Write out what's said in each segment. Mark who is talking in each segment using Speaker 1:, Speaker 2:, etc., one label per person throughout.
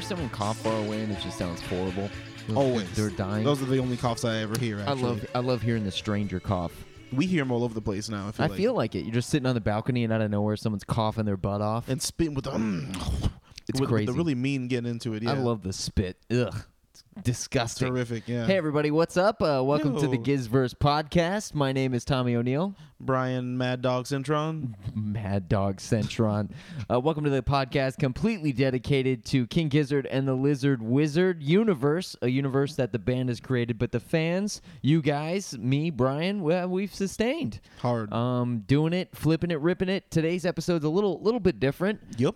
Speaker 1: someone cough far away and it just sounds horrible.
Speaker 2: Always.
Speaker 1: Oh, They're dying.
Speaker 2: Those are the only coughs I ever hear.
Speaker 1: I
Speaker 2: Actually.
Speaker 1: love I love hearing the stranger cough.
Speaker 2: We hear them all over the place now. I feel.
Speaker 1: I
Speaker 2: like.
Speaker 1: feel like it. You're just sitting on the balcony and out of nowhere someone's coughing their butt off.
Speaker 2: and spitting with the. mm,
Speaker 1: It's
Speaker 2: with, with
Speaker 1: crazy.
Speaker 2: the really mean getting into it. Yeah.
Speaker 1: I love the spit. Ugh. It's
Speaker 2: It's
Speaker 1: disgusting.
Speaker 2: terrific. Yeah.
Speaker 1: Hey everybody, what's up? Uh, welcome to the
Speaker 2: Yo.
Speaker 1: Gizverse podcast. My name is Tommy O'Neill,
Speaker 2: Brian Mad Dog Centron.
Speaker 1: Mad Dog Centron. uh, welcome to the podcast, completely dedicated to King Gizzard and the Lizard Wizard universe, a universe that the band has created, but the fans, you guys, me, Brian, well, we've sustained.
Speaker 2: Hard.
Speaker 1: Um, doing it, flipping it, ripping it. Today's episode's a little, little bit different.
Speaker 2: yep.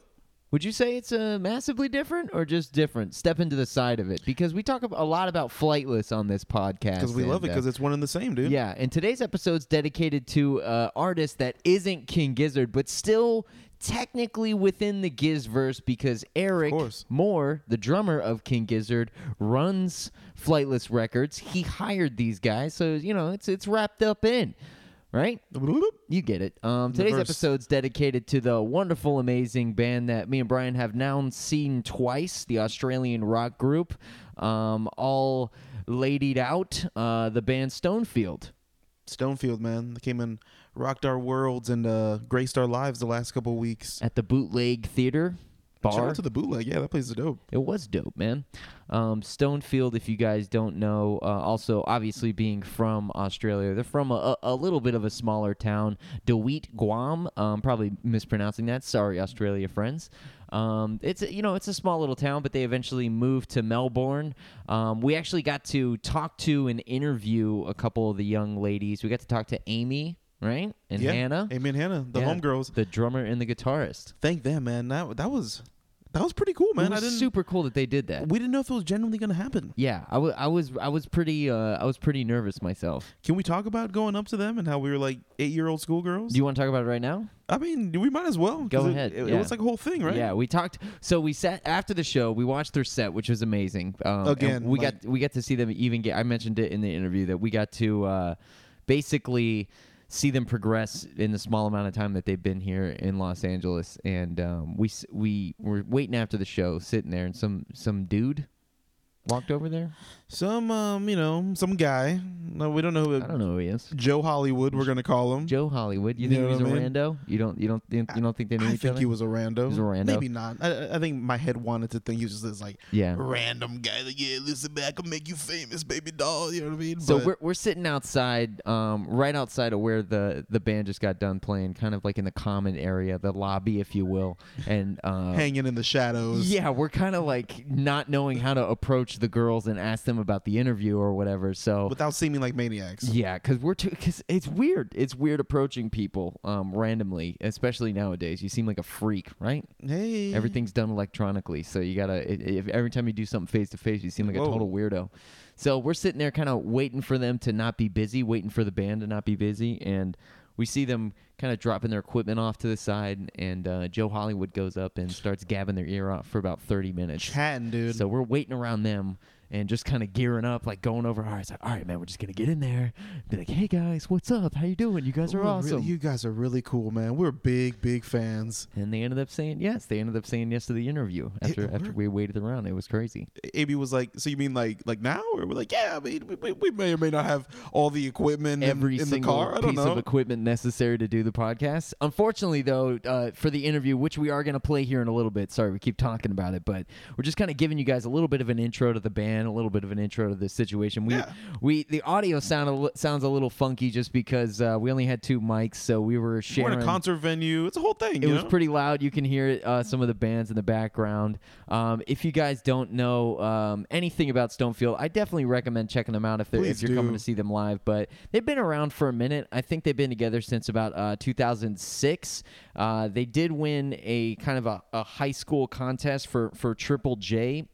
Speaker 1: Would you say it's uh, massively different or just different? Step into the side of it because we talk ab- a lot about flightless on this podcast.
Speaker 2: Because we love it.
Speaker 1: and, uh,
Speaker 2: Because it's one and the same, dude.
Speaker 1: yeah, and today's episode's dedicated to uh, artist that isn't King Gizzard, but still technically within the Gizverse because Eric
Speaker 2: course.
Speaker 1: Moore, the drummer of King Gizzard, runs Flightless Records. He hired these guys, so you know it's it's wrapped up in, right? You get it. Um, today's
Speaker 2: verse.
Speaker 1: episode's dedicated to the wonderful, amazing band that me and Brian have now seen twice, the Australian rock group, um, all ladied out, uh, the band Stonefield.
Speaker 2: Stonefield, man. They came and rocked our worlds and uh, graced our lives the last couple weeks.
Speaker 1: at the Bootleg Theater
Speaker 2: Shout
Speaker 1: bar.
Speaker 2: out to the bootleg. Yeah, that place is dope.
Speaker 1: it was dope, man. Um, Stonefield, if you guys don't know, uh, also obviously being from Australia, they're from a, a a little bit of a smaller town, Dewitt, Guam. Um, probably mispronouncing that. Sorry, Australia friends. Um, it's a, you know it's a small little town, but they eventually moved to Melbourne. Um, we actually got to talk to and interview a couple of the young ladies. We got to talk to Amy, right, and
Speaker 2: yeah.
Speaker 1: Hannah,
Speaker 2: Amen, Hannah. The
Speaker 1: Yeah,
Speaker 2: homegirls.
Speaker 1: the drummer and the guitarist.
Speaker 2: Thank them, man. That that was that was pretty cool, man.
Speaker 1: it was
Speaker 2: I didn't.
Speaker 1: super cool that they did that.
Speaker 2: we didn't know if it was genuinely going to happen.
Speaker 1: Yeah, I wa- I was I was pretty uh, I was pretty nervous myself.
Speaker 2: Can we talk about going up to them and how we were like eight year old schoolgirls?
Speaker 1: Do you want to talk about it right now?
Speaker 2: I mean, we might as well. 'cause
Speaker 1: Go
Speaker 2: it-
Speaker 1: ahead,
Speaker 2: It, it
Speaker 1: yeah.
Speaker 2: was like a whole thing, right?
Speaker 1: Yeah, we talked. So we sat after the show. We watched their set, which was amazing. Um, and
Speaker 2: Again,
Speaker 1: we
Speaker 2: like-
Speaker 1: got we got to see them even get. I mentioned it in the interview that we got to uh, basically see them progress in the small amount of time that they've been here in Los Angeles. And um, we s- we were waiting after the show, sitting there, and some some dude walked over there.
Speaker 2: Some, um, you know, some guy. No, we don't know. Who
Speaker 1: I don't know who he is.
Speaker 2: Joe Hollywood, we're gonna call him.
Speaker 1: Joe Hollywood. You
Speaker 2: You
Speaker 1: think
Speaker 2: know
Speaker 1: he was a
Speaker 2: what I mean?
Speaker 1: rando? You don't you don't you don't think they knew
Speaker 2: I
Speaker 1: each
Speaker 2: think
Speaker 1: other?
Speaker 2: he was a rando.
Speaker 1: was a rando.
Speaker 2: Maybe not. I- I, I think my head wanted to think he was just this like
Speaker 1: Yeah.
Speaker 2: random guy. Like, yeah, listen, man, I can make you famous, baby doll. You know what I mean?
Speaker 1: So
Speaker 2: But
Speaker 1: we're we're sitting outside, um, right outside of where the the band just got done playing, kind of like in the common area, the lobby, if you will, and uh,
Speaker 2: hanging in the shadows.
Speaker 1: yeah, we're kind of like not knowing how to approach the girls and ask them about the interview or whatever. So
Speaker 2: Without seeming like maniacs.
Speaker 1: yeah, because we're too. Because it's weird. It's weird approaching people um, randomly, especially nowadays. You seem like a freak, right?
Speaker 2: Hey.
Speaker 1: Everything's done electronically, so you gotta. i if every time you do something face to face, you seem like a
Speaker 2: Whoa.
Speaker 1: total weirdo. So we're sitting there, kind of waiting for them to not be busy, waiting for the band to not be busy, and we see them kind of dropping their equipment off to the side, and uh, Joe Hollywood goes up and starts gabbing their ear off for about thirty minutes.
Speaker 2: Chatting, dude.
Speaker 1: So we're waiting around them and just kind of gearing up, like going over. All right, it's like, all right, man, we're just gonna get in there, be like, hey guys, what's up? How you doing? You guys are
Speaker 2: We're really-
Speaker 1: awesome.
Speaker 2: you guys are really cool, man. We're big, big fans.
Speaker 1: And they ended up saying yes. They ended up saying yes to the interview after
Speaker 2: it
Speaker 1: after we waited around. It was crazy.
Speaker 2: Amy was like, "So you mean like like now?" Or we're like, "Yeah, I mean, we, we, we may or may not have all the equipment in-
Speaker 1: Every
Speaker 2: in, the
Speaker 1: single
Speaker 2: car. I don't
Speaker 1: piece
Speaker 2: know."
Speaker 1: of equipment necessary to do the podcast. Unfortunately, though, uh, for the interview, which we are going to play here in a little bit. Sorry, we keep talking about it, but we're just kind of giving you guys a little bit of an intro to the band, a little bit of an intro to the situation. We
Speaker 2: Yeah.
Speaker 1: we the audio sound a li- sounds a little funky just because uh, we only had two mics, so we were
Speaker 2: we're
Speaker 1: sharing.
Speaker 2: in a concert venue. It's a whole thing.
Speaker 1: It
Speaker 2: you
Speaker 1: was
Speaker 2: know?
Speaker 1: pretty loud. You can hear it, uh, some of the bands in the background. Um, if you guys don't know um, anything about Stonefield, I definitely recommend checking them out if, they're, if
Speaker 2: Please
Speaker 1: you're coming
Speaker 2: do.
Speaker 1: to see them live. But they've been around for a minute. I think they've been together since about uh, 2006. Uh, they did win a kind of a, a high school contest for, for Triple J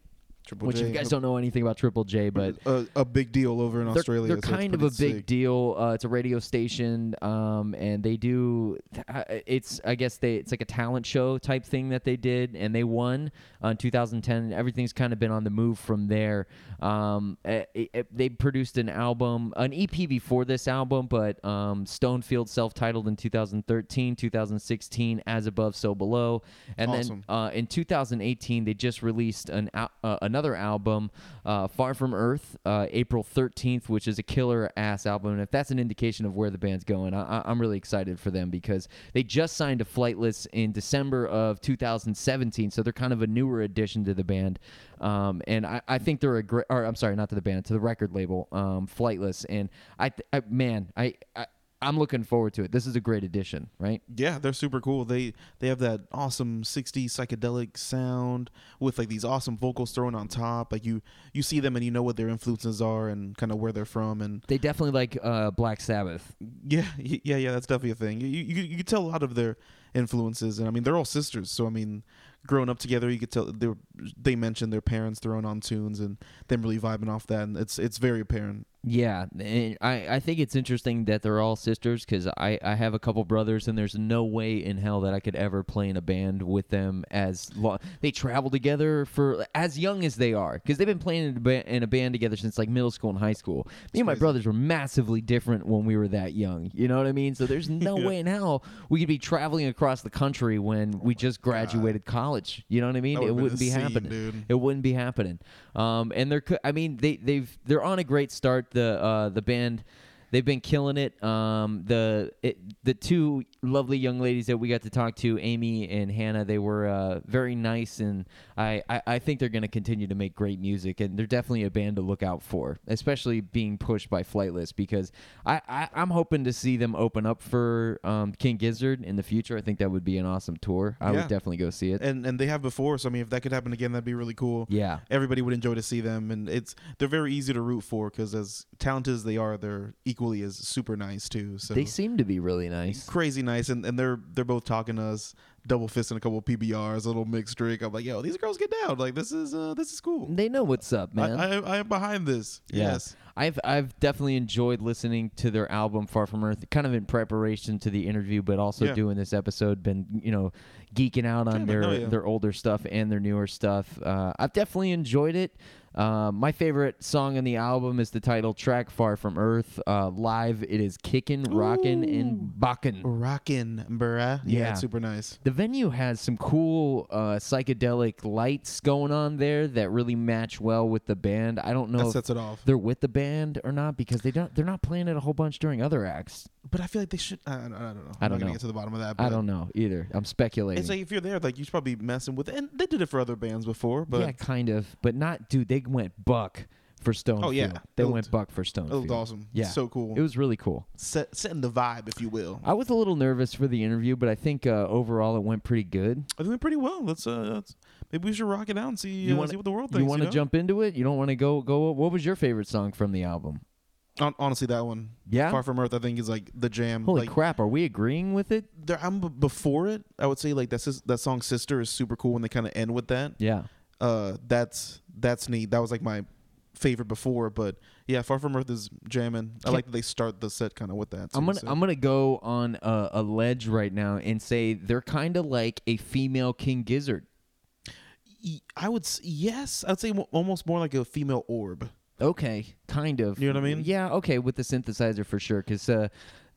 Speaker 2: Triple
Speaker 1: which
Speaker 2: J.
Speaker 1: if you guys don't know anything about Triple J, but
Speaker 2: a, a big deal over in
Speaker 1: they're,
Speaker 2: Australia.
Speaker 1: they're
Speaker 2: so it's
Speaker 1: kind of a
Speaker 2: pretty
Speaker 1: big
Speaker 2: sick.
Speaker 1: deal. Uh, it's a radio station, um, and they do. uh, It's I guess they it's like a talent show type thing that they did, and they won uh, in 2010. Everything's kind of been on the move from there. Um, eh, eh, eh, they produced an album, an EP before this album, but um, Stonefield self-titled in 2013, 2016, As Above, So Below, and
Speaker 2: Awesome.
Speaker 1: then uh, in 2018, they just released an al- uh, another album, uh, Far From Earth, uh, April 13th, which is a killer ass album. And if that's an indication of where the band's going, I- I- I'm really excited for them because they just signed to Flightless in December of 2017, so they're kind of a newer addition to the band. Um, and I, I think they're a great, or I'm sorry, not to the band, to the record label, um, Flightless. And I, th- I man, I, I, I'm looking forward to it. This is a great addition, right?
Speaker 2: Yeah, they're super cool. They they have that awesome 60s psychedelic sound with like these awesome vocals thrown on top. Like you you see them and you know what their influences are and kind of where they're from and
Speaker 1: They definitely like uh, Black Sabbath.
Speaker 2: yeah, y- yeah, yeah, that's definitely a thing. You you you could tell a lot of their influences and I mean they're all sisters, so I mean growing up together, you could tell they were- they mentioned their parents throwing on tunes and them really vibing off that and it's it's very apparent.
Speaker 1: Yeah, and I, I think it's interesting that they're all sisters because I, I have a couple brothers and there's no way in hell that I could ever play in a band with them as long they travel together for as young as they are because they've been playing in a, ba- in a band together since like middle school and high school. Me and my
Speaker 2: crazy.
Speaker 1: brothers were massively different when we were that young. You know what I mean? So there's no way in hell we could be traveling across the country when we just graduated college. You know what I mean? It
Speaker 2: That would've been
Speaker 1: wouldn't
Speaker 2: the
Speaker 1: be
Speaker 2: scene,
Speaker 1: happening.
Speaker 2: dude.
Speaker 1: It wouldn't be happening. Um, and they're, co- I mean, they they've they're on a great start. The uh, the band, they've been killing it. Um, the it, the two lovely young ladies that we got to talk to, Amy and Hannah, they were uh, very nice, and I I, I think they're going to continue to make great music, and they're definitely a band to look out for, especially being pushed by Flightless because I, I I'm hoping to see them open up for um, King Gizzard in the future. I think that would be an awesome tour. I
Speaker 2: Yeah.
Speaker 1: would definitely go see it.
Speaker 2: And and they have before, so I mean if that could happen again, that'd be really cool.
Speaker 1: yeah.
Speaker 2: everybody would enjoy to see them and it's they're very easy to root for because as talented as they are they're equally as super nice too so
Speaker 1: They seem to be really nice.
Speaker 2: crazy nice and, and they're they're both talking to us double fisting a couple pbrs a little mixed drink i'm like yo these girls get down like this is uh this is cool
Speaker 1: They know what's up,
Speaker 2: I,
Speaker 1: man.
Speaker 2: I, I am behind this
Speaker 1: Yeah.
Speaker 2: yes
Speaker 1: I've I've definitely enjoyed listening to their album Far From Earth, kind of in preparation to the interview, but also
Speaker 2: Yeah.
Speaker 1: doing this episode. Been you know geeking out on
Speaker 2: Yeah,
Speaker 1: their
Speaker 2: no, yeah.
Speaker 1: their older stuff and their newer stuff. Uh, I've definitely enjoyed it. Uh, my favorite song on the album is the title track "Far From Earth." Uh, live, it is kicking, rocking, and bocking.
Speaker 2: rockin' bruh
Speaker 1: Yeah.
Speaker 2: it's super nice
Speaker 1: The venue has some cool uh, psychedelic lights going on there that really match well with the band. I don't know
Speaker 2: that
Speaker 1: if
Speaker 2: sets it off
Speaker 1: they're with the band or not because they don't they're not playing it a whole bunch during other acts.
Speaker 2: but i feel like they should i, I don't know i'm
Speaker 1: I
Speaker 2: not
Speaker 1: don't
Speaker 2: gonna
Speaker 1: know.
Speaker 2: get to the bottom of that but
Speaker 1: I don't know either. I'm speculating.
Speaker 2: it's like if you're there like you should probably be messing with and they did it for other bands before but
Speaker 1: yeah, kind of, but not dude, they went buck for Stone.
Speaker 2: Oh, yeah.
Speaker 1: They
Speaker 2: It looked-
Speaker 1: went buck for Stone.
Speaker 2: it looked awesome
Speaker 1: Yeah.
Speaker 2: so cool
Speaker 1: It was really cool.
Speaker 2: set, setting the vibe, if you will.
Speaker 1: I was a little nervous for the interview, but I think uh, overall it went pretty good.
Speaker 2: I think pretty well. Let's uh, let's, maybe we should rock it out and see
Speaker 1: You
Speaker 2: uh,
Speaker 1: wanna-
Speaker 2: see what the world
Speaker 1: you
Speaker 2: thinks.
Speaker 1: want to
Speaker 2: know?
Speaker 1: jump into it? You don't want to go go what was your favorite song from the album?
Speaker 2: Hon- honestly, that one,
Speaker 1: Yeah.
Speaker 2: Far from Earth, I think is like the jam.
Speaker 1: Holy
Speaker 2: like,
Speaker 1: crap, are we agreeing with it?
Speaker 2: Their album b- before it, I would say like that's just, that song "Sister" is super cool when they kind of end with that.
Speaker 1: Yeah.
Speaker 2: Uh, that's that's neat. That was like my favorite before, but yeah, Far from Earth is jamming. I
Speaker 1: Can-
Speaker 2: like that they start the set kind of with that.
Speaker 1: I'm
Speaker 2: too,
Speaker 1: gonna
Speaker 2: so.
Speaker 1: I'm gonna go on a, a ledge right now and say they're kind of like a female King Gizzard.
Speaker 2: Y- e, I would s- yes, I'd say mo- almost more like a female orb.
Speaker 1: Okay, kind of.
Speaker 2: You know what I mean?
Speaker 1: Yeah. Okay, with the synthesizer for sure, because uh,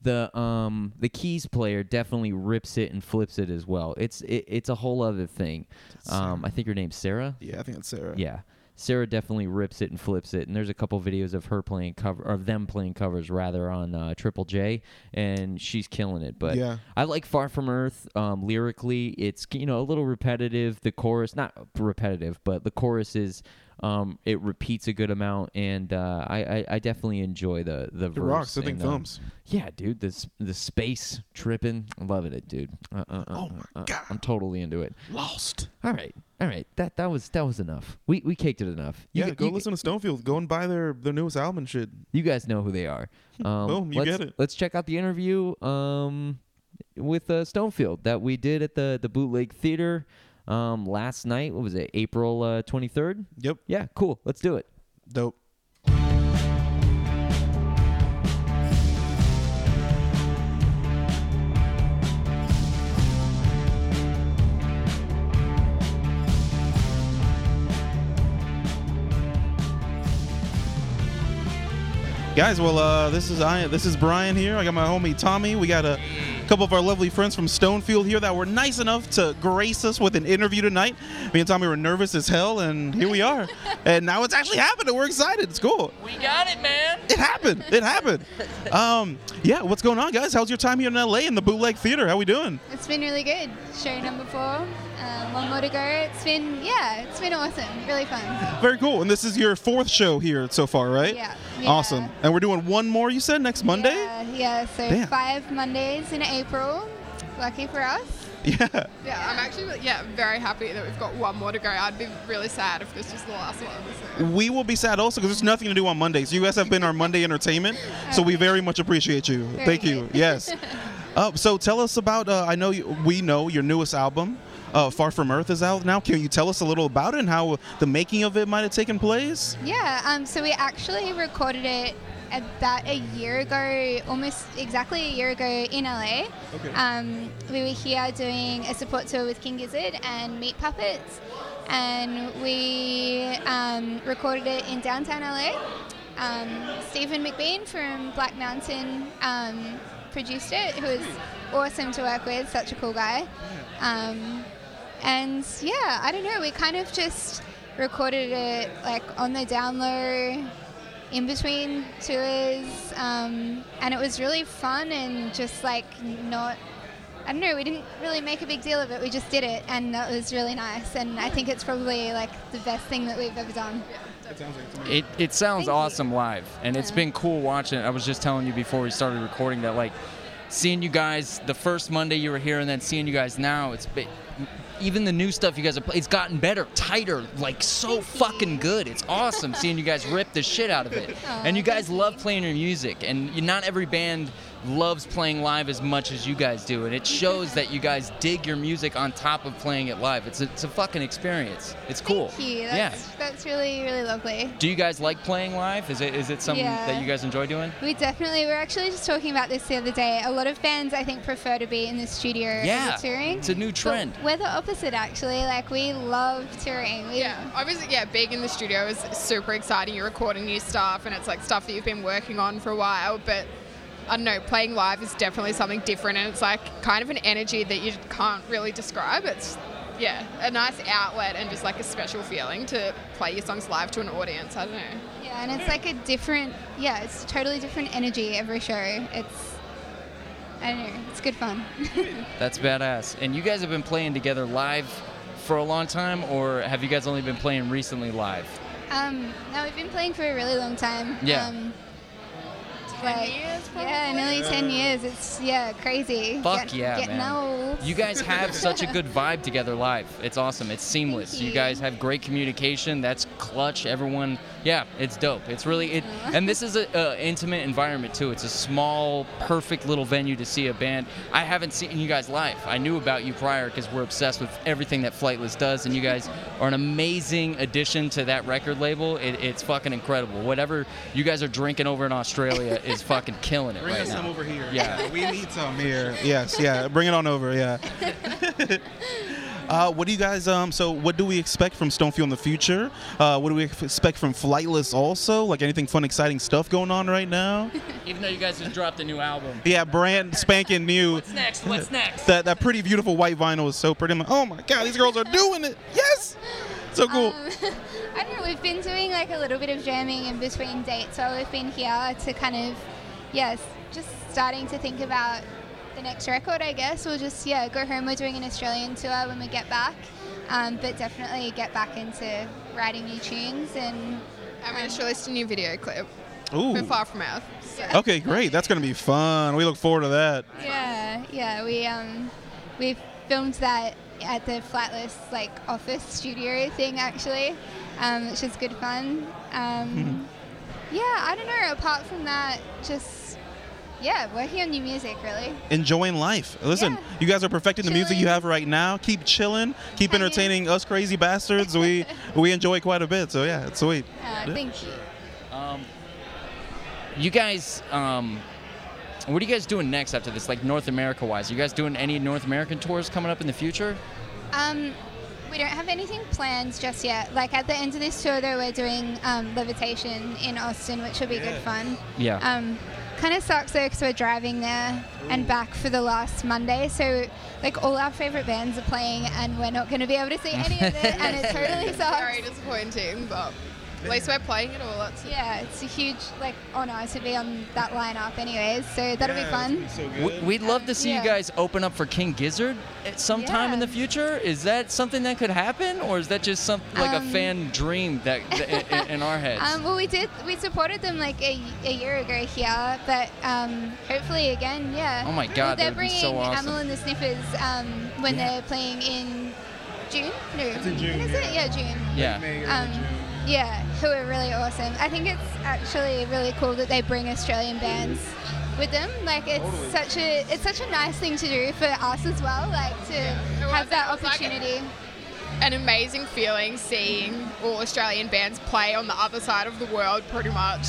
Speaker 1: the um the keys player definitely rips it and flips it as well. It's it, it's a whole other thing. Um, I think her name's Sarah.
Speaker 2: Yeah, I think that's Sarah.
Speaker 1: Yeah. Sarah definitely rips it and flips it, and there's a couple videos of her playing cover, or of them playing covers rather on uh, Triple J, and she's killing it. But
Speaker 2: Yeah.
Speaker 1: I like Far From Earth um, lyrically. It's you know a little repetitive. The chorus, not repetitive, but the chorus is um, it repeats a good amount, and uh, I, I I definitely enjoy the the
Speaker 2: It
Speaker 1: verse.
Speaker 2: rocks. I think
Speaker 1: and, um,
Speaker 2: thumbs.
Speaker 1: yeah, dude, this the space tripping, I'm loving it, dude. Uh, uh, uh,
Speaker 2: Oh
Speaker 1: uh,
Speaker 2: my
Speaker 1: uh,
Speaker 2: God.
Speaker 1: I'm totally into it.
Speaker 2: Lost.
Speaker 1: All right, all right. That that was that was enough. We we caked it enough. You
Speaker 2: yeah,
Speaker 1: g-
Speaker 2: go
Speaker 1: you,
Speaker 2: listen to Stonefield. Go and buy their their newest album and shit.
Speaker 1: You guys know who they are. Um,
Speaker 2: Boom, you
Speaker 1: let's,
Speaker 2: get it.
Speaker 1: Let's check out the interview um, with uh, Stonefield that we did at the the Bootleg Theater. um, last night. What was it? April uh, 23rd?
Speaker 2: Yep.
Speaker 1: Yeah, cool. Let's do it.
Speaker 2: Dope. Guys, well, uh, this is I. This is Brian here. I got my homie Tommy. We got a couple of our lovely friends from Stonefield here that were nice enough to grace us with an interview tonight. Me and Tommy were nervous as hell, and here we are. and now it's actually happening. We're excited. It's cool.
Speaker 3: We got it, man.
Speaker 2: It happened. It happened. Um, yeah, what's going on, guys? How's your time here in LA in the Bootleg Theater? How we doing?
Speaker 4: It's been really good. Show number four, um, one more to go. It's been, yeah, it's been awesome. Really fun.
Speaker 2: Very cool. And this is your fourth show here so far, right?
Speaker 4: Yeah.
Speaker 2: Awesome.
Speaker 4: Yeah.
Speaker 2: And we're doing one more. You said next Monday.
Speaker 4: Yeah, yeah, so
Speaker 2: Damn.
Speaker 4: five Mondays in April. Lucky for us.
Speaker 2: yeah.
Speaker 5: Yeah, I'm actually really- yeah very happy that we've got one more to go. I'd be really sad if this was the last one. so.
Speaker 2: We will be sad also because there's nothing to do on Mondays. You guys have been our Monday entertainment, so we very much appreciate you.
Speaker 4: Very
Speaker 2: Thank you.
Speaker 4: good.
Speaker 2: Yes. Uh, so tell us about. Uh, I know you, we know your newest album, uh, Far From Earth, is out now. Can you tell us a little about it and how the making of it might have taken place?
Speaker 4: Yeah, um, so we actually recorded it about a year ago, almost exactly a year ago in LA.
Speaker 2: Okay.
Speaker 4: Um, we were here doing a support tour with King Gizzard and Meat Puppets, and we um, recorded it in downtown LA. Um, Stephen McBean from Black Mountain um, produced it, who was awesome to work with, such a cool guy. Um, and yeah, I don't know, we kind of just recorded it like on the down low in between tours, um, and it was really fun and just like not. I don't know. We didn't really make a big deal of it. We just did it, and that was really nice. And I think it's probably like the best thing that we've ever done.
Speaker 3: It, it sounds
Speaker 4: Thank you.
Speaker 3: awesome live, and it's
Speaker 4: Yeah.
Speaker 3: been cool watching. it. I was just telling you before we started recording that, like, seeing you guys the first Monday you were here, and then seeing you guys now, it's been, even the new stuff you guys are playing, it's gotten better, tighter, like so fucking good. It's awesome seeing you guys rip the shit out of it.
Speaker 4: Aw,
Speaker 3: and you guys
Speaker 4: thank
Speaker 3: love
Speaker 4: you.
Speaker 3: playing your music, and you, not every band loves playing live as much as you guys do, and it shows that you guys dig your music on top of playing it live. It's a, it's a fucking experience. It's cool.
Speaker 4: Thank you. That's,
Speaker 3: yeah.
Speaker 4: that's really really lovely.
Speaker 3: Do you guys like playing live? Is it is it something
Speaker 4: Yeah.
Speaker 3: that you guys enjoy doing?
Speaker 4: We definitely we were actually just talking about this the other day. A lot of bands I think prefer to be in the studio as
Speaker 3: Yeah,
Speaker 4: a touring.
Speaker 3: it's a new
Speaker 4: But
Speaker 3: trend.
Speaker 4: we're the opposite actually. Like we love touring. We,
Speaker 5: Yeah, obviously, yeah, being in the studio is super exciting. You're recording new stuff, and it's like stuff that you've been working on for a while. But I don't know, playing live is definitely something different, and it's like kind of an energy that you can't really describe. It's yeah, a nice outlet and just like a special feeling to play your songs live to an audience. I don't know.
Speaker 4: Yeah, and it's like a different, yeah, it's totally different energy every show. It's, I don't know, it's good fun.
Speaker 3: That's badass. And you guys have been playing together live for a long time, or have you guys only been playing recently live?
Speaker 4: um, no, we've been playing for a really long time.
Speaker 3: Yeah.
Speaker 4: Um, like, yeah, nearly 10 years. It's, yeah, crazy.
Speaker 3: Fuck
Speaker 4: Get-
Speaker 3: yeah,
Speaker 4: Getting
Speaker 3: man.
Speaker 4: old.
Speaker 3: You guys have such a good vibe together live. It's awesome. It's seamless.
Speaker 4: Thank
Speaker 3: You
Speaker 4: you.
Speaker 3: guys have great communication. That's clutch. Everyone, yeah, it's dope. It's really it, and this is a, a intimate environment too. It's a small, perfect little venue to see a band. I haven't seen you guys live. I knew about you prior because we're obsessed with everything that Flightless does, and you guys are an amazing addition to that record label. It, it's fucking incredible. Whatever you guys are drinking over in Australia is fucking killing it right now.
Speaker 2: here.
Speaker 3: Yeah.
Speaker 2: we need some here. Yes, yeah. Bring it on over. Yeah. Uh, what do you guys? Um, so, what do we expect from Stonefield in the future? Uh, what do we expect from Flightless? Also, like anything fun, exciting stuff going on right now?
Speaker 3: Even though you guys just dropped a new album.
Speaker 2: Yeah, brand spanking new.
Speaker 3: Next, what's next?
Speaker 2: That that pretty beautiful white vinyl is so pretty. I'm like, oh my god, these girls are doing it. Yes, so cool.
Speaker 4: Um, I don't know. We've been doing like a little bit of jamming in between dates while we've been here to kind of, yes, just starting to think about the next record. I guess we'll just yeah go home. We're doing an Australian tour when we get back, um, but definitely get back into writing new tunes and
Speaker 5: I mean, she released a new video clip
Speaker 2: Ooh.
Speaker 4: Um,
Speaker 5: from Far From Earth. So.
Speaker 2: Okay, great. That's gonna be fun. We look forward to that.
Speaker 4: yeah yeah we um we filmed that at the Flatless like office studio thing actually, um, which is good
Speaker 2: Hmm.
Speaker 4: fun. Um, Yeah, I don't know. Apart from that, just yeah, working on new music, really.
Speaker 2: enjoying life. Listen,
Speaker 4: Yeah.
Speaker 2: you guys are perfecting the music you
Speaker 4: Chilling.
Speaker 2: have right now. Keep chilling, keep
Speaker 4: Hanging.
Speaker 2: entertaining us crazy bastards. We we enjoy it quite a bit. So yeah, it's sweet.
Speaker 4: Uh,
Speaker 2: Yeah.
Speaker 4: Thank you.
Speaker 3: Um, you guys, um, what are you guys doing next after this? Like North America wise, are you guys doing any North American tours coming up in the future?
Speaker 4: Um, we don't have anything planned just yet. Like at the end of this tour, though, we're doing um, Levitation in Austin, which will be
Speaker 2: Yeah.
Speaker 4: good fun.
Speaker 3: Yeah.
Speaker 4: Um, kind of sucks though, because we're driving there and back for the last Monday. So, like, all our favorite bands are playing, and we're not going to be able to see any of it, and it totally
Speaker 5: Very
Speaker 4: sucks.
Speaker 5: disappointing, but at least we're playing it all. That's
Speaker 4: Yeah, it's a huge like honor to be on that lineup, anyways. So that'll
Speaker 2: Yeah,
Speaker 4: be fun.
Speaker 2: it's gonna be so
Speaker 3: We-
Speaker 2: good.
Speaker 3: We'd love to see
Speaker 4: Yeah.
Speaker 3: you guys open up for King Gizzard at some time in
Speaker 4: Yeah.
Speaker 3: the future. Is that something that could happen, or is that just some like a
Speaker 4: Um,
Speaker 3: fan dream that, that in, in our heads?
Speaker 4: Um, well, we did. We supported them like a, a year ago here, but um, hopefully again, yeah.
Speaker 3: Oh my
Speaker 4: Well,
Speaker 3: God, that
Speaker 4: they're
Speaker 3: would be
Speaker 4: bringing
Speaker 3: so awesome.
Speaker 4: Amel and the Sniffers um, when
Speaker 3: Yeah.
Speaker 4: they're playing in June. No,
Speaker 2: It's in June,
Speaker 4: When is it?
Speaker 2: yeah.
Speaker 4: Yeah, June.
Speaker 3: yeah.
Speaker 4: Um, yeah, who are really awesome. I think it's actually really cool that they bring Australian bands with them. Like it's such a it's such a nice thing to do for us as well. Like to
Speaker 5: was-
Speaker 4: have that
Speaker 5: it was like-
Speaker 4: opportunity.
Speaker 5: an amazing feeling seeing all Australian bands play on the other side of the world, pretty much,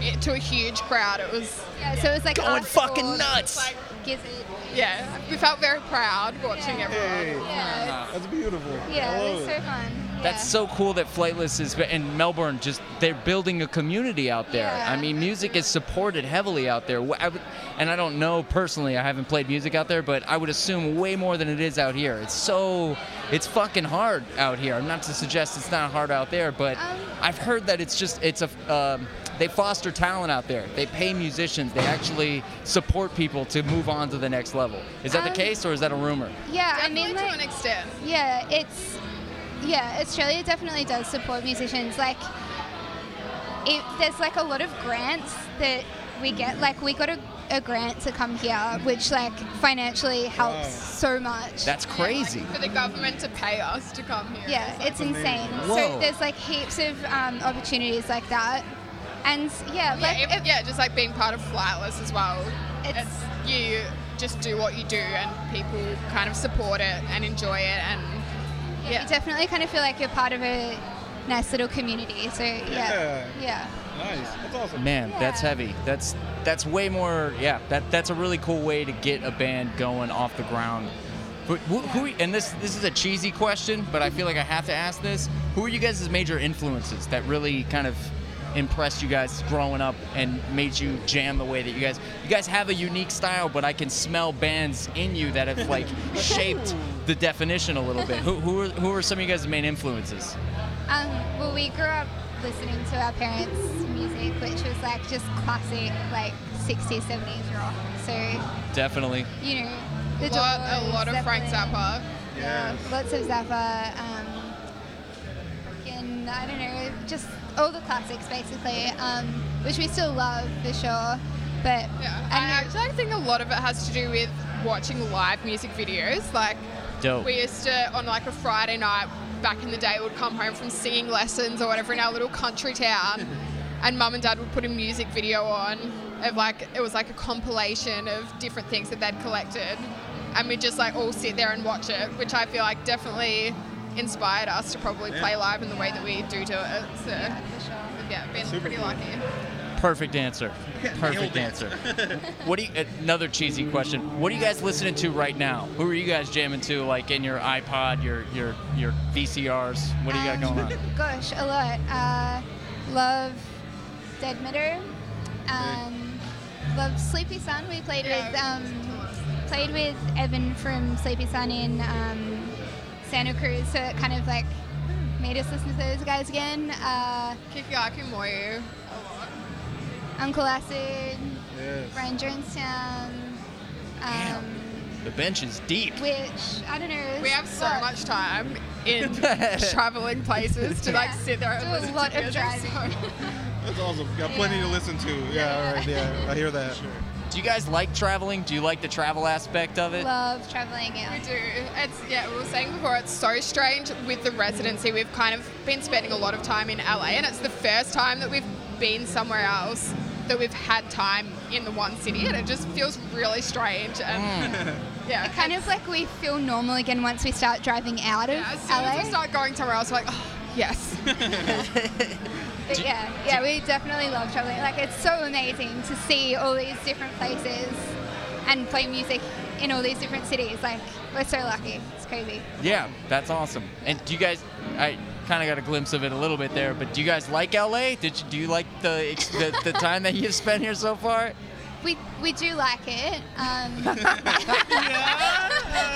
Speaker 5: it, to a huge crowd. It was,
Speaker 4: yeah, so it was like
Speaker 3: Going
Speaker 4: us
Speaker 3: fucking
Speaker 4: all,
Speaker 3: nuts.
Speaker 4: like, Gizzard.
Speaker 5: yeah, we felt very proud watching
Speaker 4: Yeah.
Speaker 5: everyone.
Speaker 4: Yeah,
Speaker 2: That's beautiful.
Speaker 4: yeah, it was so fun.
Speaker 3: That's so cool that Flightless is in Melbourne. Just they're building a community out there.
Speaker 4: Yeah.
Speaker 3: I mean, music is supported heavily out there. Wh- I would- and I don't know personally. I haven't played music out there, but I would assume way more than it is out here. It's so, it's fucking hard out here. I'm not to suggest it's not hard out there, but
Speaker 4: Um,
Speaker 3: I've heard that it's just it's a. Um, they foster talent out there. They pay musicians. They actually support people to move on to the next level. Is that the
Speaker 4: Um,
Speaker 3: case, or is that a rumor?
Speaker 4: Yeah, I
Speaker 5: Definitely
Speaker 4: mean,
Speaker 5: to an
Speaker 4: like,
Speaker 5: extent.
Speaker 4: yeah, it's yeah, Australia definitely does support musicians. Like, it, there's like a lot of grants that we get. Like, we got a, a grant to come here, which like financially helps so much.
Speaker 3: That's crazy.
Speaker 5: Yeah, like, for the government to pay us to come here.
Speaker 4: yeah,
Speaker 5: like-
Speaker 4: it's insane.
Speaker 3: Whoa.
Speaker 4: So there's like heaps of um, opportunities like that, and yeah,
Speaker 5: yeah,
Speaker 4: like
Speaker 5: if-
Speaker 4: it-
Speaker 5: yeah, just like being part of Flightless as well.
Speaker 4: It's-
Speaker 5: It's, you just do what you do, and people kind of support it and enjoy it, and
Speaker 4: you definitely kind of feel like you're part of a nice little community. So yeah, yeah.
Speaker 2: Nice. That's awesome.
Speaker 3: Man, that's
Speaker 4: Yeah.
Speaker 3: heavy. That's that's way more. Yeah, that that's a really cool way to get a band going off the ground. But who, who and this this is a cheesy question, but I feel like I have to ask this. Who are you guys' major influences that really kind of impressed you guys growing up and made you jam the way that you guys you guys have a unique style, but I can smell bands in you that have like shaped the definition a little bit. Who who are, who are some of you guys' main influences?
Speaker 4: Um, well, we grew up listening to our parents' music, which was like just classic, like 60s, 70s rock. So,
Speaker 3: Definitely.
Speaker 4: you know, the
Speaker 5: a lot, a
Speaker 4: Doors,
Speaker 5: lot of Frank
Speaker 4: Zeppelin,
Speaker 5: Zappa.
Speaker 4: Yeah, lots of Zappa. Um, and I don't know, just all the classics basically, um, which we still love for sure. But
Speaker 5: Yeah, I
Speaker 4: I don't know,
Speaker 5: actually think a lot of it has to do with watching live music videos. Like
Speaker 3: Dope.
Speaker 5: we used to on like a Friday night back in the day, would come home from singing lessons or whatever in our little country town, and mum and dad would put a music video on of like it was like a compilation of different things that they'd collected, and we would just like all sit there and watch it, which I feel like definitely inspired us to probably play live in the way that we do do it. So yeah,
Speaker 4: for sure.
Speaker 5: been pretty lucky.
Speaker 3: Perfect answer. Perfect answer. what do you? Another cheesy question. What are you guys listening to right now? Who are you guys jamming to? Like in your iPod, your your your VCRs. What do you got
Speaker 4: Um,
Speaker 3: going on?
Speaker 4: Gosh, a lot. Uh, love Dead Meadow. Um, love Sleepy Sun. We played with um, played with Evan from Sleepy Sun in um, Santa Cruz, so it kind of like made us listen to those guys again. Uh,
Speaker 5: Kikiaki Moyu.
Speaker 4: Uncle Acid,
Speaker 2: Yes.
Speaker 4: Brian Jonestown. Um,
Speaker 3: The bench is deep.
Speaker 4: which I don't know. is
Speaker 5: We have so
Speaker 4: what-
Speaker 5: much time in traveling places to like
Speaker 4: Yeah.
Speaker 5: sit there and
Speaker 4: Do a
Speaker 5: listen
Speaker 4: lot
Speaker 5: to
Speaker 4: of
Speaker 5: music, so-
Speaker 2: That's awesome. Got
Speaker 4: plenty to Yeah.
Speaker 2: listen to.
Speaker 4: Yeah, all right,
Speaker 2: Yeah, I hear that.
Speaker 3: Do you guys like traveling? Do you like the travel aspect of it?
Speaker 4: Love traveling. Yeah.
Speaker 5: We do. It's yeah. We were saying before it's so strange with the residency. We've kind of been spending a lot of time in LA, and it's the first time that we've been somewhere else that we've had time in the one city, and it just feels really strange. And yeah,
Speaker 4: Mm. Kind of like we feel normal again once we start driving out of
Speaker 5: yeah, as soon
Speaker 4: LA.
Speaker 5: as we start going somewhere else, we're like, oh yes.
Speaker 4: But yeah, yeah, we definitely love traveling. Like it's so amazing to see all these different places and play music in all these different cities. Like we're so lucky. It's crazy.
Speaker 3: Yeah, that's awesome. And do you guys? I kind of got a glimpse of it a little bit there, but do you guys like LA? Did you do you like the ex- the, the time that you've spent here so far?
Speaker 4: We we do like it. Um,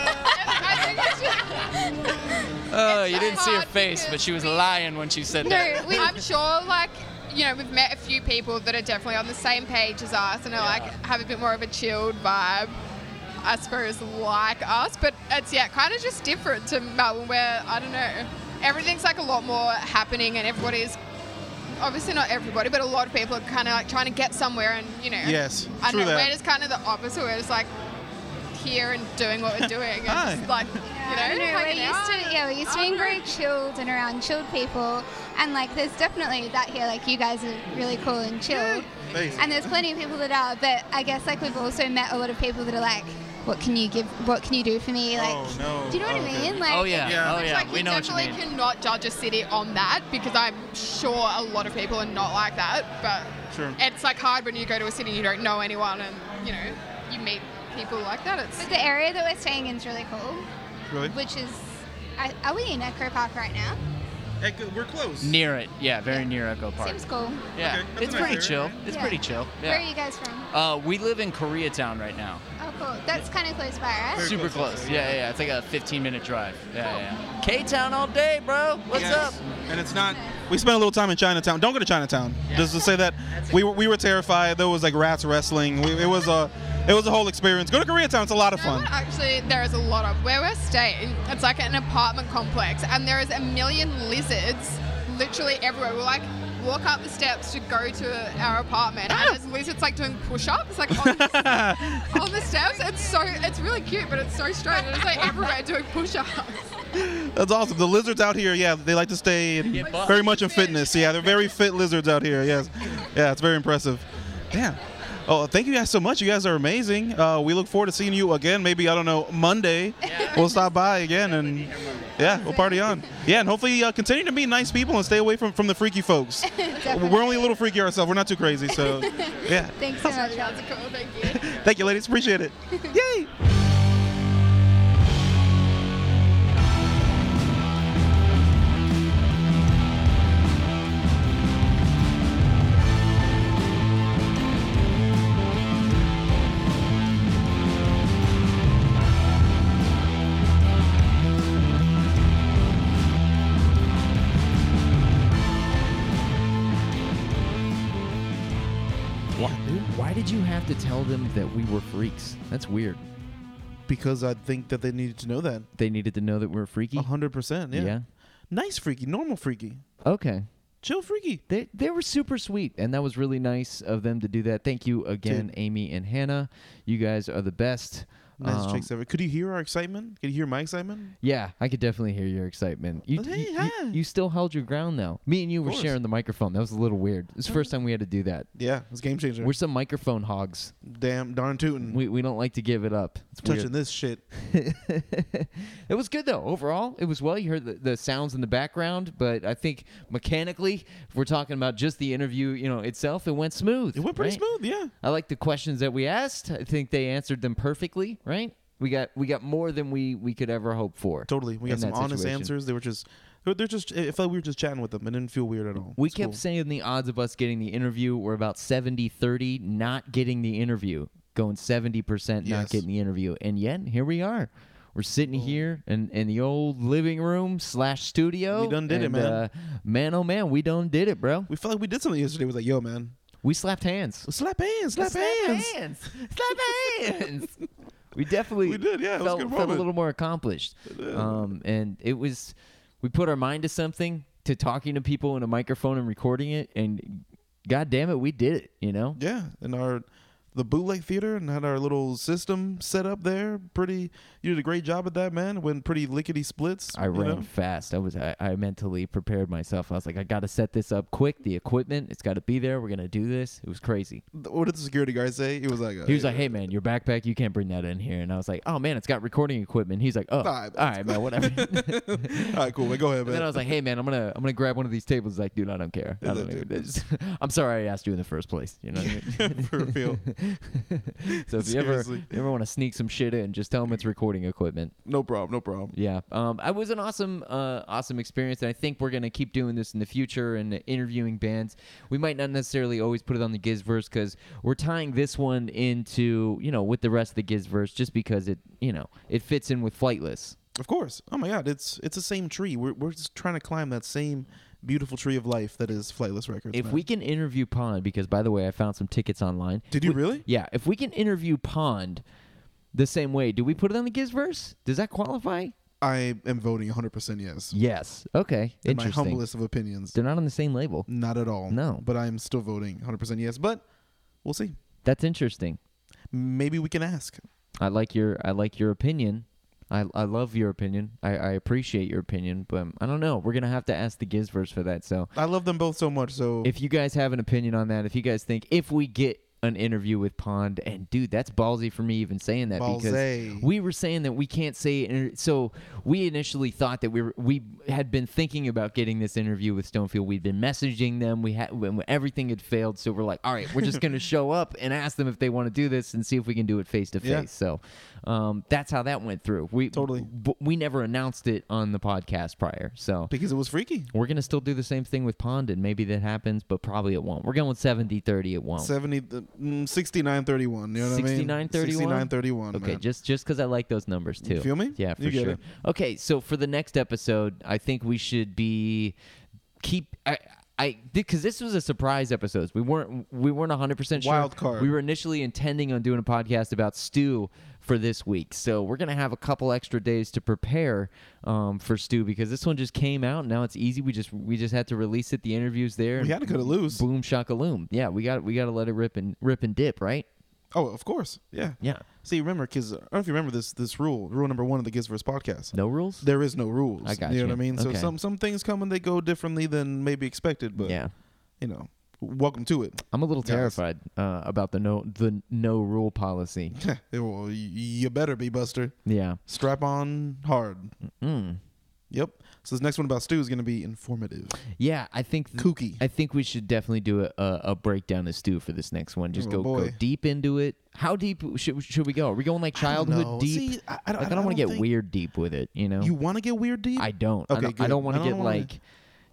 Speaker 5: I think it's just-
Speaker 3: Oh, you
Speaker 5: so
Speaker 3: didn't see her
Speaker 5: hard
Speaker 3: face, but
Speaker 5: because
Speaker 3: she was
Speaker 5: we-
Speaker 3: lying when she said that.
Speaker 5: No, we, I'm sure, like, you know, we've met a few people that are definitely on the same page as us and are like have a bit more of a chilled vibe, I suppose, like us. But it's, yeah, kind of just different to Melbourne, where, I don't know, everything's like a lot more happening and everybody's. Obviously, not everybody, but a lot of people are kind of like trying to get somewhere, and you know,
Speaker 2: Yes,
Speaker 5: I
Speaker 2: true
Speaker 5: know
Speaker 2: that.
Speaker 5: we're just kind of the opposite. We're just like here and doing what we're doing, and
Speaker 2: Aye.
Speaker 5: just like you know,
Speaker 4: no, we're
Speaker 5: hanging
Speaker 4: used
Speaker 5: out.
Speaker 4: to yeah, we're used to
Speaker 2: Oh,
Speaker 4: being very chilled and around chilled people. And like there's definitely that here. Like you guys are really cool and chilled.
Speaker 2: Thanks.
Speaker 4: And there's plenty of people that are, but I guess like we've also met a lot of people that are like, what can you give? What can you do for me? Like,
Speaker 2: Oh, no.
Speaker 4: do you know what
Speaker 2: Oh,
Speaker 4: I
Speaker 2: okay.
Speaker 4: mean? Like,
Speaker 3: Oh yeah,
Speaker 2: Yeah.
Speaker 3: oh
Speaker 5: It's
Speaker 3: yeah,
Speaker 5: like
Speaker 3: we
Speaker 5: you
Speaker 3: know what you
Speaker 5: definitely
Speaker 3: mean.
Speaker 5: cannot judge a city on that because I'm sure a lot of people are not like that. But
Speaker 2: Sure.
Speaker 5: it's like hard when you go to a city and you don't know anyone and you know you meet people like that. It's
Speaker 4: But the area that we're staying in is really cool,
Speaker 2: Really?
Speaker 4: which is. Are are we in Echo Park right now?
Speaker 2: Echo- We're close.
Speaker 3: Near it, yeah, very near Echo Park.
Speaker 4: Seems cool.
Speaker 3: yeah,
Speaker 2: Okay, that's
Speaker 3: it's
Speaker 2: a nice
Speaker 3: pretty
Speaker 2: area,
Speaker 3: chill.
Speaker 2: right?
Speaker 3: It's
Speaker 4: Yeah.
Speaker 3: pretty chill.
Speaker 4: Where are
Speaker 3: Yeah.
Speaker 4: you guys from?
Speaker 3: Uh, we live in Koreatown right now.
Speaker 4: Oh, cool. That's kind of close by, right?
Speaker 3: Super
Speaker 2: close,
Speaker 3: close.
Speaker 2: also,
Speaker 3: Yeah, yeah, yeah. It's like a 15 minute drive. Yeah, yeah. K Town all day, bro. What's
Speaker 2: Yes.
Speaker 3: up?
Speaker 2: And it's not. We spent a little time in Chinatown. Don't go to Chinatown. Just to say that we were, we were terrified. There was like rats wrestling. We, it was a it was a whole experience. Go to Koreatown. It's a lot of
Speaker 5: You know
Speaker 2: fun.
Speaker 5: what? Actually, there is a lot of where we're staying. It's like an apartment complex, and there is a million lizards literally everywhere. We're like walk up the steps to go to our apartment, and there's lizards like doing push-ups, like on the, on the steps. It's so it's really cute, but it's so strange. It's like everywhere doing push-ups.
Speaker 2: That's awesome. The lizards out here, yeah, they like to stay in,
Speaker 3: Get buff.
Speaker 2: very much in fitness. Yeah, they're very fit lizards out here. Yes, yeah, it's very impressive. Damn. Oh, thank you guys so much. You guys are amazing. Uh, we look forward to seeing you again. Maybe I don't know Monday. We'll stop by again and yeah, we'll party on. Yeah, and hopefully uh, continue to meet nice people and stay away from, from the freaky folks. We're only a little freaky ourselves. We're not too crazy, so yeah.
Speaker 4: Thanks so much.
Speaker 5: That's cool. Thank you.
Speaker 2: Thank you, ladies. Appreciate it. Yay!
Speaker 1: Yeah, dude. Why did you have to tell them that we were freaks? That's weird.
Speaker 2: Because I think that they needed to know that.
Speaker 1: They needed to know that we're freaky.
Speaker 2: 100%. Yeah. Nice freaky, normal freaky,
Speaker 1: Okay.
Speaker 2: chill freaky.
Speaker 1: They they were super sweet, and that was really nice of them to do that. Thank you again,
Speaker 2: Dude.
Speaker 1: Amy and Hannah. You guys are the best.
Speaker 2: Nice
Speaker 1: Um,
Speaker 2: tricks ever. Could you hear our excitement? Could you hear my excitement?
Speaker 1: Yeah, I could definitely hear your excitement. You,
Speaker 2: Hey,
Speaker 1: you- you-
Speaker 2: hi.
Speaker 1: you still held your ground though. Me and you were
Speaker 2: course.
Speaker 1: sharing the microphone. That was a little weird. It's the first time we had to do that.
Speaker 2: Yeah, it's game changer.
Speaker 1: We're some microphone hogs.
Speaker 2: Damn darn tootin'.
Speaker 1: We, we don't like to give it up. It's
Speaker 2: touching
Speaker 1: weird.
Speaker 2: this shit.
Speaker 1: it was good though overall it was well you heard the, the sounds in the background but i think mechanically if we're talking about just the interview you know itself it went smooth
Speaker 2: It went pretty
Speaker 1: right?
Speaker 2: smooth, yeah.
Speaker 1: i like the questions that we asked i think they answered them perfectly right we got we got more than we we could ever hope for
Speaker 2: Totally. We
Speaker 1: in
Speaker 2: got some
Speaker 1: that
Speaker 2: honest
Speaker 1: situation.
Speaker 2: answers. They were just they're, they're just it felt like we were just chatting with them. It didn't feel weird at all.
Speaker 1: we
Speaker 2: It's
Speaker 1: kept
Speaker 2: cool.
Speaker 1: saying the odds of us getting the interview were about 70 30 not getting the interview going 70% not
Speaker 2: Yes. Oh.
Speaker 1: getting the interview and yet here we are we're sitting here in, in the old living room slash studio
Speaker 2: We done did it,
Speaker 1: and,
Speaker 2: man.
Speaker 1: uh, man oh man we done did it bro
Speaker 2: we felt like we did something yesterday. It was like, yo, man,
Speaker 1: we slapped hands
Speaker 2: slap hands, slap, hands.
Speaker 1: slap hands we definitely
Speaker 2: We did, yeah, it was a
Speaker 1: felt,
Speaker 2: good
Speaker 1: felt a
Speaker 2: moment.
Speaker 1: little more accomplished um, and it was we put our mind to something to talking to people in a microphone and recording it and god damn it we did it you know
Speaker 2: Yeah, and our the bootleg theater and had our little system set up there. Pretty, you did a great job at that, man. Went pretty lickety splits.
Speaker 1: I
Speaker 2: you
Speaker 1: ran
Speaker 2: know?
Speaker 1: fast. I was I, I mentally prepared myself. I was like, I got to set this up quick. The equipment, it's got to be there. We're gonna do this. It was crazy.
Speaker 2: Th- What did the security guard say? He was like, uh,
Speaker 1: He was like, "Hey man, your backpack, you can't bring that in here." And I was like, "Oh man, it's got recording equipment." He's like, "Oh, all
Speaker 2: right,
Speaker 1: right, man, whatever." and
Speaker 2: all right, cool, man, go ahead, man."
Speaker 1: then I was like, "Hey man, I'm gonna I'm gonna grab one of these tables." He's like, dude, I don't care. I don't even, it's- I'm sorry I asked you in the first place. You know what I mean?
Speaker 2: for real.
Speaker 1: so if you ever
Speaker 2: Seriously.
Speaker 1: you ever want to sneak some shit in, just tell him it's recording equipment.
Speaker 2: No problem, no problem.
Speaker 1: Yeah, um, it was an awesome, uh, awesome experience, and I think we're gonna keep doing this in the future and interviewing bands. We might not necessarily always put it on the Gizverse because we're tying this one into you know with the rest of the Gizverse just because it you know it fits in with Flightless.
Speaker 2: Of course. Oh my God, it's it's the same tree. We're we're just trying to climb that same beautiful tree of life that is Flightless Records.
Speaker 1: If
Speaker 2: man.
Speaker 1: we can interview Pond, because by the way, I found some tickets online.
Speaker 2: did you
Speaker 1: We-
Speaker 2: really?
Speaker 1: Yeah, if we can interview Pond the same way, do we put it on the Gizverse? Does that qualify?
Speaker 2: I am voting 100 percent yes.
Speaker 1: Yes. Okay.
Speaker 2: In my
Speaker 1: Interesting.
Speaker 2: humblest of opinions,
Speaker 1: They're not on the same label.
Speaker 2: not at all.
Speaker 1: No.
Speaker 2: but I'm still voting 100 percent yes. But we'll see.
Speaker 1: That's interesting.
Speaker 2: Maybe we can ask.
Speaker 1: I like your I like your opinion. I, I love your opinion. I, I appreciate your opinion, but um, I don't know. We're gonna have to ask the Gizverse for that. So
Speaker 2: I love them both so much. So
Speaker 1: if you guys have an opinion on that, if you guys think if we get an interview with Pond and dude, that's ballsy for me even saying that
Speaker 2: Ballsy.
Speaker 1: because we were saying that we can't say it. inter- So we initially thought that we were, we had been thinking about getting this interview with Stonefield. We'd been messaging them. We had when everything had failed, so we're like, all right, we're just gonna show up and ask them if they want to do this and see if we can do it face to
Speaker 2: Yeah.
Speaker 1: face. So um, that's how that went through. We
Speaker 2: Totally.
Speaker 1: b- we never announced it on the podcast prior. So
Speaker 2: because it was freaky.
Speaker 1: we're going to still do the same thing with Pond, and maybe that happens, but probably it won't. We're going 70 30, it won't.
Speaker 2: 70 mm, 69 31 you know what i mean
Speaker 1: 69, 31?
Speaker 2: 69 31
Speaker 1: okay,
Speaker 2: man.
Speaker 1: just just because I like those numbers too.
Speaker 2: You feel me?
Speaker 1: Yeah, for
Speaker 2: You get
Speaker 1: sure.
Speaker 2: it.
Speaker 1: Okay, so for the next episode, I think we should be keep. I, I because this was a surprise episode. We weren't we weren't 100 percent sure.
Speaker 2: Wild card.
Speaker 1: We were initially intending on doing a podcast about Stu for this week, so we're gonna have a couple extra days to prepare um, for Stu because this one just came out. Now it's easy. We just we just had to release it. The interviews there.
Speaker 2: we had to cut it loose
Speaker 1: boom shakalum. Yeah, we got we got to let it rip and rip and dip, right?
Speaker 2: oh of course yeah
Speaker 1: Yeah.
Speaker 2: see remember because i don't know if you remember this this rule rule number one of the gizverse podcast
Speaker 1: No rules.
Speaker 2: there is no rules
Speaker 1: I got
Speaker 2: you know
Speaker 1: you.
Speaker 2: what i mean so
Speaker 1: Okay.
Speaker 2: some some things come and they go differently than maybe expected but
Speaker 1: yeah.
Speaker 2: you know welcome to it
Speaker 1: I'm a little
Speaker 2: Guys.
Speaker 1: terrified uh, about the no the no rule policy.
Speaker 2: well, y- you better be buster
Speaker 1: Yeah.
Speaker 2: strap on hard
Speaker 1: Mm.
Speaker 2: yep so this next one about stu is going to be informative
Speaker 1: Yeah, I think th-
Speaker 2: kooky
Speaker 1: I think we should definitely do a, a, a breakdown of Stu for this next one. Just
Speaker 2: Oh,
Speaker 1: go go
Speaker 2: boy.
Speaker 1: deep into it. How deep should should we go? Are we going like childhood deep?
Speaker 2: See, I, I,
Speaker 1: like I don't want to get
Speaker 2: think-
Speaker 1: weird deep with it, you know?
Speaker 2: you want to get weird deep
Speaker 1: I don't.
Speaker 2: Okay,
Speaker 1: I don't, I
Speaker 2: good.
Speaker 1: don't want
Speaker 2: I
Speaker 1: to
Speaker 2: don't
Speaker 1: get
Speaker 2: wanna-
Speaker 1: like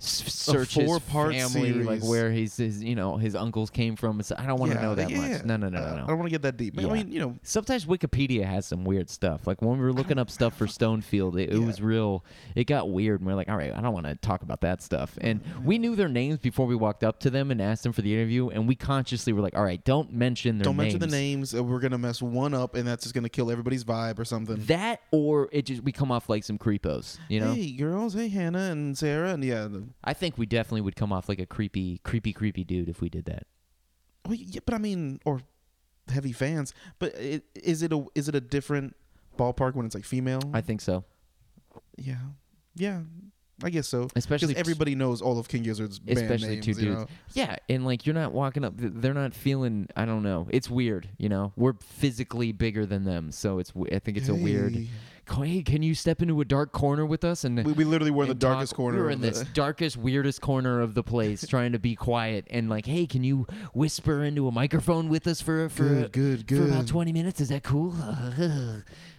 Speaker 1: s- search his
Speaker 2: four-part
Speaker 1: family, like
Speaker 2: series.
Speaker 1: where his, his you know his uncles came from. It's- I don't want to know that much. No, no, no,
Speaker 2: Uh, I-
Speaker 1: no,
Speaker 2: I
Speaker 1: no.
Speaker 2: don't want to get that deep. Man, I
Speaker 1: Yeah.
Speaker 2: mean, you know,
Speaker 1: Sometimes Wikipedia has some weird stuff. Like when we were looking up stuff for Stonefield, it, it
Speaker 2: Yeah.
Speaker 1: was real. It got weird, and we are like, "All right, I don't want to talk about that stuff." And we knew their names before we walked up to them and asked them for the interview, and we consciously were like, "All right, don't mention their
Speaker 2: don't
Speaker 1: names."
Speaker 2: mention the names. uh, We're gonna mess one up, and that's just gonna kill everybody's vibe or something.
Speaker 1: That or it just we come off like some creepos, you know.
Speaker 2: Hey, girls. Hey, Hannah and Sarah, and yeah. The, oh,
Speaker 1: I think we definitely would come off like a creepy, creepy, creepy dude if we did that.
Speaker 2: well, yeah, but I mean, or heavy fans. But it, is it a is it a different ballpark when it's like female?
Speaker 1: I think so.
Speaker 2: yeah, yeah. I guess so.
Speaker 1: Especially
Speaker 2: Because everybody knows all of King Gizzard's band
Speaker 1: especially
Speaker 2: names,
Speaker 1: two
Speaker 2: you
Speaker 1: dudes.
Speaker 2: know?
Speaker 1: Yeah, and like you're not walking up; th- they're not feeling. I don't know. It's weird, you know. We're physically bigger than them, so it's. we- I think it's a weird.
Speaker 2: Hey.
Speaker 1: Hey, can you step into a dark corner with us? And
Speaker 2: We, we literally were in the
Speaker 1: and talk-
Speaker 2: darkest corner.
Speaker 1: We were
Speaker 2: of
Speaker 1: in
Speaker 2: the-
Speaker 1: this darkest, weirdest corner of the place, trying to be quiet. And like, hey, can you whisper into a microphone with us for for
Speaker 2: Good, good,
Speaker 1: for about
Speaker 2: good.
Speaker 1: twenty minutes? Is that cool?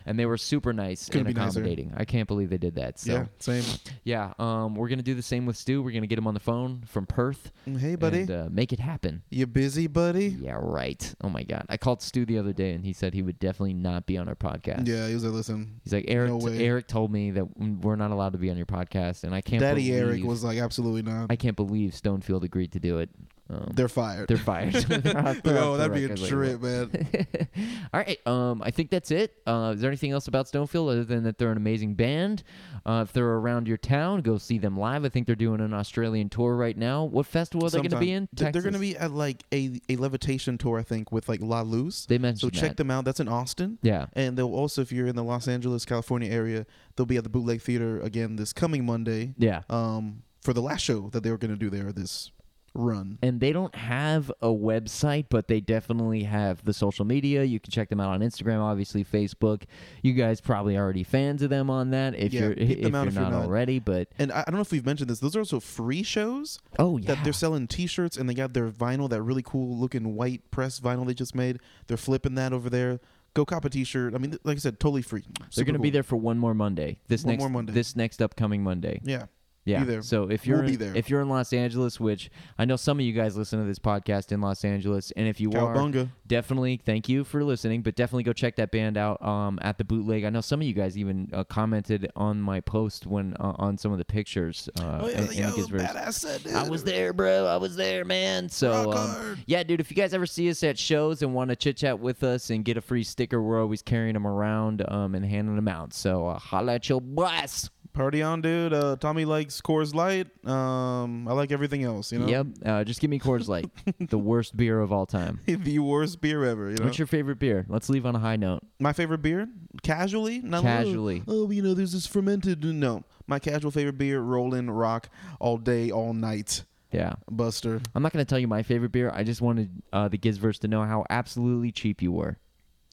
Speaker 1: and they were super nice
Speaker 2: Couldn't
Speaker 1: and
Speaker 2: be nicer.
Speaker 1: accommodating. I can't believe they did that. So
Speaker 2: Yeah, same.
Speaker 1: yeah, um, we're gonna do the same with Stu. We're gonna get him on the phone from Perth.
Speaker 2: Mm, Hey, buddy.
Speaker 1: and, uh, make it happen.
Speaker 2: you busy, buddy?
Speaker 1: Yeah, right. Oh my God, I called Stu the other day, and he said he would definitely not be on our podcast.
Speaker 2: Yeah, he was like, listen.
Speaker 1: He's like Eric.
Speaker 2: No way.
Speaker 1: Eric told me that we're not allowed to be on your podcast, and I can't.
Speaker 2: Daddy
Speaker 1: believe,
Speaker 2: Eric was like, absolutely not.
Speaker 1: I can't believe Stonefield agreed to do it. Um,
Speaker 2: They're fired.
Speaker 1: they're fired.
Speaker 2: Like,
Speaker 1: They're
Speaker 2: oh,
Speaker 1: off the
Speaker 2: that'd be a
Speaker 1: record label.
Speaker 2: trip, man.
Speaker 1: All right. Um, I think that's it. Uh, is there anything else about Stonefield other than that they're an amazing band? Uh, if they're around your town, go see them live. I think they're doing an Australian tour right now. What festival are they going to
Speaker 2: Sometime.
Speaker 1: be in?
Speaker 2: Th- They're going to
Speaker 1: Texas.
Speaker 2: be at like a, a levitation tour, I think, with like La Luz.
Speaker 1: They
Speaker 2: so
Speaker 1: mentioned
Speaker 2: check
Speaker 1: that.
Speaker 2: them out. That's in Austin.
Speaker 1: Yeah.
Speaker 2: And they'll also, if you're in the Los Angeles, California area, they'll be at the Bootleg Theater again this coming Monday.
Speaker 1: Yeah.
Speaker 2: Um, for the last show that they were going to do there this run.
Speaker 1: and they don't have a website, but they definitely have the social media. You can check them out on Instagram, obviously Facebook. You guys probably already fans of them on that if
Speaker 2: Yeah,
Speaker 1: you're
Speaker 2: hit
Speaker 1: if,
Speaker 2: them out
Speaker 1: you're
Speaker 2: if you're
Speaker 1: not
Speaker 2: not.
Speaker 1: already. But
Speaker 2: And I, I don't know if we've mentioned this. Those are also free shows.
Speaker 1: oh yeah,
Speaker 2: that they're selling T-shirts and they got their vinyl, that really cool looking white press vinyl they just made. They're flipping that over there. Go cop a T-shirt. I mean, th- like I said, totally free.
Speaker 1: they're
Speaker 2: Super
Speaker 1: going to be
Speaker 2: cool.
Speaker 1: there for one more Monday. This
Speaker 2: One
Speaker 1: next
Speaker 2: more Monday.
Speaker 1: this next upcoming Monday.
Speaker 2: Yeah,
Speaker 1: Yeah.
Speaker 2: there.
Speaker 1: So if
Speaker 2: We'll
Speaker 1: you're
Speaker 2: be
Speaker 1: in-
Speaker 2: there.
Speaker 1: if you're in Los Angeles, which I know some of you guys listen to this podcast in Los Angeles, and if you are,
Speaker 2: Cowabunga.
Speaker 1: definitely thank you for listening. But definitely go check that band out um, at the bootleg. I know some of you guys even uh, commented on my post when uh, on some of the pictures. Uh,
Speaker 2: Oh, yeah,
Speaker 1: in- in
Speaker 2: yo,
Speaker 1: Ginsberg's-
Speaker 2: badass set, dude.
Speaker 1: I was there, bro. I was there, man. So,
Speaker 2: Rock
Speaker 1: um,
Speaker 2: hard.
Speaker 1: yeah, dude, if you guys ever see us at shows and want to chit chat with us and get a free sticker, we're always carrying them around um, and handing them out. So, uh, holla at your boss.
Speaker 2: Party on, dude. Uh, Tommy likes Coors Light. Um, I like everything else. You know.
Speaker 1: Yep. Uh, just give me Coors Light, the worst beer of all time.
Speaker 2: the worst beer ever. You know.
Speaker 1: What's your favorite beer? Let's leave on a high note.
Speaker 2: My favorite beer, casually, not like, oh,
Speaker 1: Casually.
Speaker 2: oh, you know, there's this fermented. No, my casual favorite beer, Rolling Rock, all day, all night,
Speaker 1: Yeah.
Speaker 2: Buster.
Speaker 1: I'm not going to tell you my favorite beer. I just wanted uh, the Gizverse to know how absolutely cheap you were.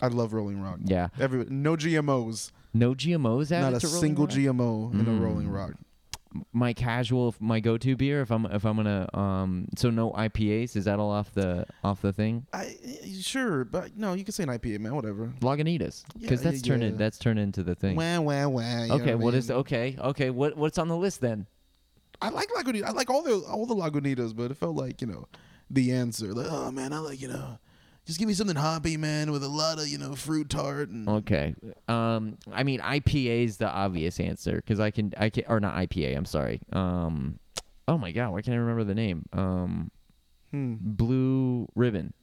Speaker 2: I love Rolling Rock.
Speaker 1: Yeah.
Speaker 2: Every no GMOs.
Speaker 1: No GMOs added
Speaker 2: not a
Speaker 1: to Rolling
Speaker 2: single
Speaker 1: Rock? Mm.
Speaker 2: GMO in a Rolling Rock.
Speaker 1: My casual, my go-to beer if I'm if I'm gonna um so no IPAs is that all off the off the thing?
Speaker 2: I sure, but no, you can say an IPA, man. Whatever.
Speaker 1: Lagunitas
Speaker 2: Yeah,
Speaker 1: because that's
Speaker 2: yeah,
Speaker 1: turned in,
Speaker 2: yeah.
Speaker 1: that's turned into the thing.
Speaker 2: Wah wah wah.
Speaker 1: okay, what is
Speaker 2: the?
Speaker 1: the, okay okay what what's on the list then?
Speaker 2: I like Lagunitas. I like all the all the Lagunitas, but it felt like you know the answer. Like, oh man, I like you know, just give me something hoppy, man, with a lot of you know fruit tart and
Speaker 1: Okay. Um, I mean IPA is the obvious answer because I can I can or not IPA. I'm sorry. Um, oh my god, why can't I remember the name? Um,
Speaker 2: Hmm.
Speaker 1: Blue Ribbon,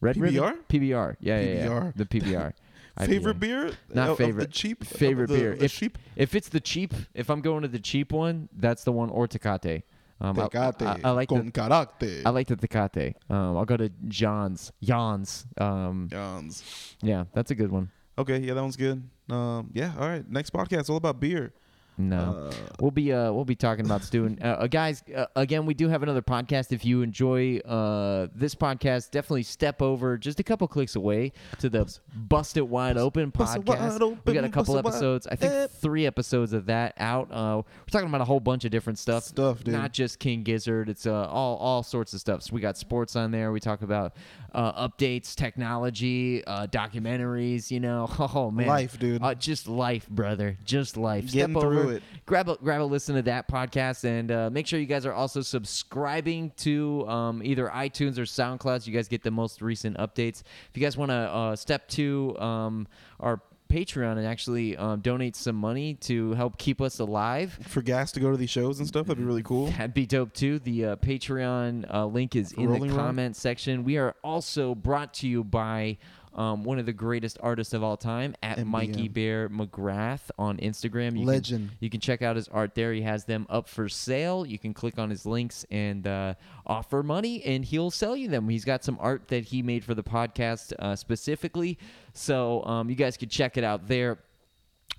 Speaker 1: Red Ribbon,
Speaker 2: PBR?
Speaker 1: PBR. Yeah, yeah, yeah.
Speaker 2: PBR.
Speaker 1: The PBR.
Speaker 2: favorite
Speaker 1: IPA.
Speaker 2: beer.
Speaker 1: Not
Speaker 2: Of- of
Speaker 1: favorite.
Speaker 2: the cheap of
Speaker 1: Favorite
Speaker 2: the-
Speaker 1: beer.
Speaker 2: The
Speaker 1: if
Speaker 2: cheap.
Speaker 1: if it's the cheap, if I'm going to the cheap one, that's the one or Tecate. Um, I-
Speaker 2: Tecate
Speaker 1: I, I like
Speaker 2: con
Speaker 1: the,
Speaker 2: carácter.
Speaker 1: I like the Tecate. Um, I'll go to John's. John's. Um,
Speaker 2: Yawns.
Speaker 1: yeah, that's a good one.
Speaker 2: Okay, yeah, that one's good. Um, yeah, all right. Next podcast, all about beer.
Speaker 1: No. We'll be uh, we'll be talking about Stu and uh, uh, guys. Uh, again, we do have another podcast. If you enjoy uh, this podcast, definitely step over just a couple clicks away to the Bust It Wide Open
Speaker 2: Bust It
Speaker 1: podcast.
Speaker 2: Wide
Speaker 1: we got a
Speaker 2: Open,
Speaker 1: couple
Speaker 2: Bust It Wide
Speaker 1: episodes. I think
Speaker 2: Ep-
Speaker 1: three episodes of that out. Uh, we're talking about a whole bunch of different stuff.
Speaker 2: Stuff, dude.
Speaker 1: Not just King Gizzard. It's uh, all all sorts of stuff. So we got sports on there. We talk about uh, updates, technology, uh, documentaries. You know, oh man,
Speaker 2: Life, dude.
Speaker 1: Uh, just life, brother. Just life.
Speaker 2: Getting
Speaker 1: Step
Speaker 2: through
Speaker 1: over,
Speaker 2: it.
Speaker 1: grab a grab a listen to that podcast and uh, make sure you guys are also subscribing to um, either iTunes or SoundCloud. So you guys get the most recent updates. If you guys want to uh, step to um, our Patreon and actually um, donate some money to help keep us alive.
Speaker 2: For gas to go to these shows and stuff, that'd be really cool.
Speaker 1: That'd be dope too. The uh, Patreon uh, link is in
Speaker 2: Rolling
Speaker 1: the
Speaker 2: Rock?
Speaker 1: comment section. We are also brought to you by um, one of the greatest artists of all time, at
Speaker 2: MBM.
Speaker 1: Mikey Bear McGrath on Instagram. You
Speaker 2: Legend.
Speaker 1: Can, you can check out his art there. He has them up for sale. You can click on his links and uh, offer money, and he'll sell you them. He's got some art that he made for the podcast uh, specifically, so um, you guys could check it out there.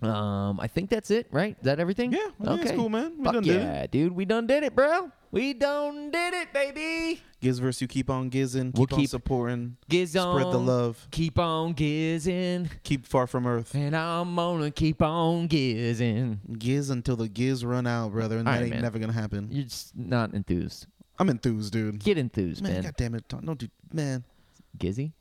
Speaker 1: Um, I think that's it, right? Is that everything?
Speaker 2: Yeah, I think that's cool, man. We
Speaker 1: Fuck
Speaker 2: done did it.
Speaker 1: yeah, dude. We done did it, bro. We done did it, baby.
Speaker 2: Gizverse, you keep on gizzing, keep
Speaker 1: We'll
Speaker 2: on
Speaker 1: keep
Speaker 2: supporting,
Speaker 1: Giz on.
Speaker 2: spread the love,
Speaker 1: Keep on gizzing,
Speaker 2: keep far from Earth.
Speaker 1: and I'm gonna keep on gizzing.
Speaker 2: Giz until the giz run out, brother, and
Speaker 1: All
Speaker 2: that
Speaker 1: right,
Speaker 2: ain't
Speaker 1: man.
Speaker 2: never gonna happen.
Speaker 1: You're just not enthused.
Speaker 2: I'm enthused, dude.
Speaker 1: Get enthused,
Speaker 2: Man,
Speaker 1: man.
Speaker 2: God damn it, don't do, man.
Speaker 1: Gizzy.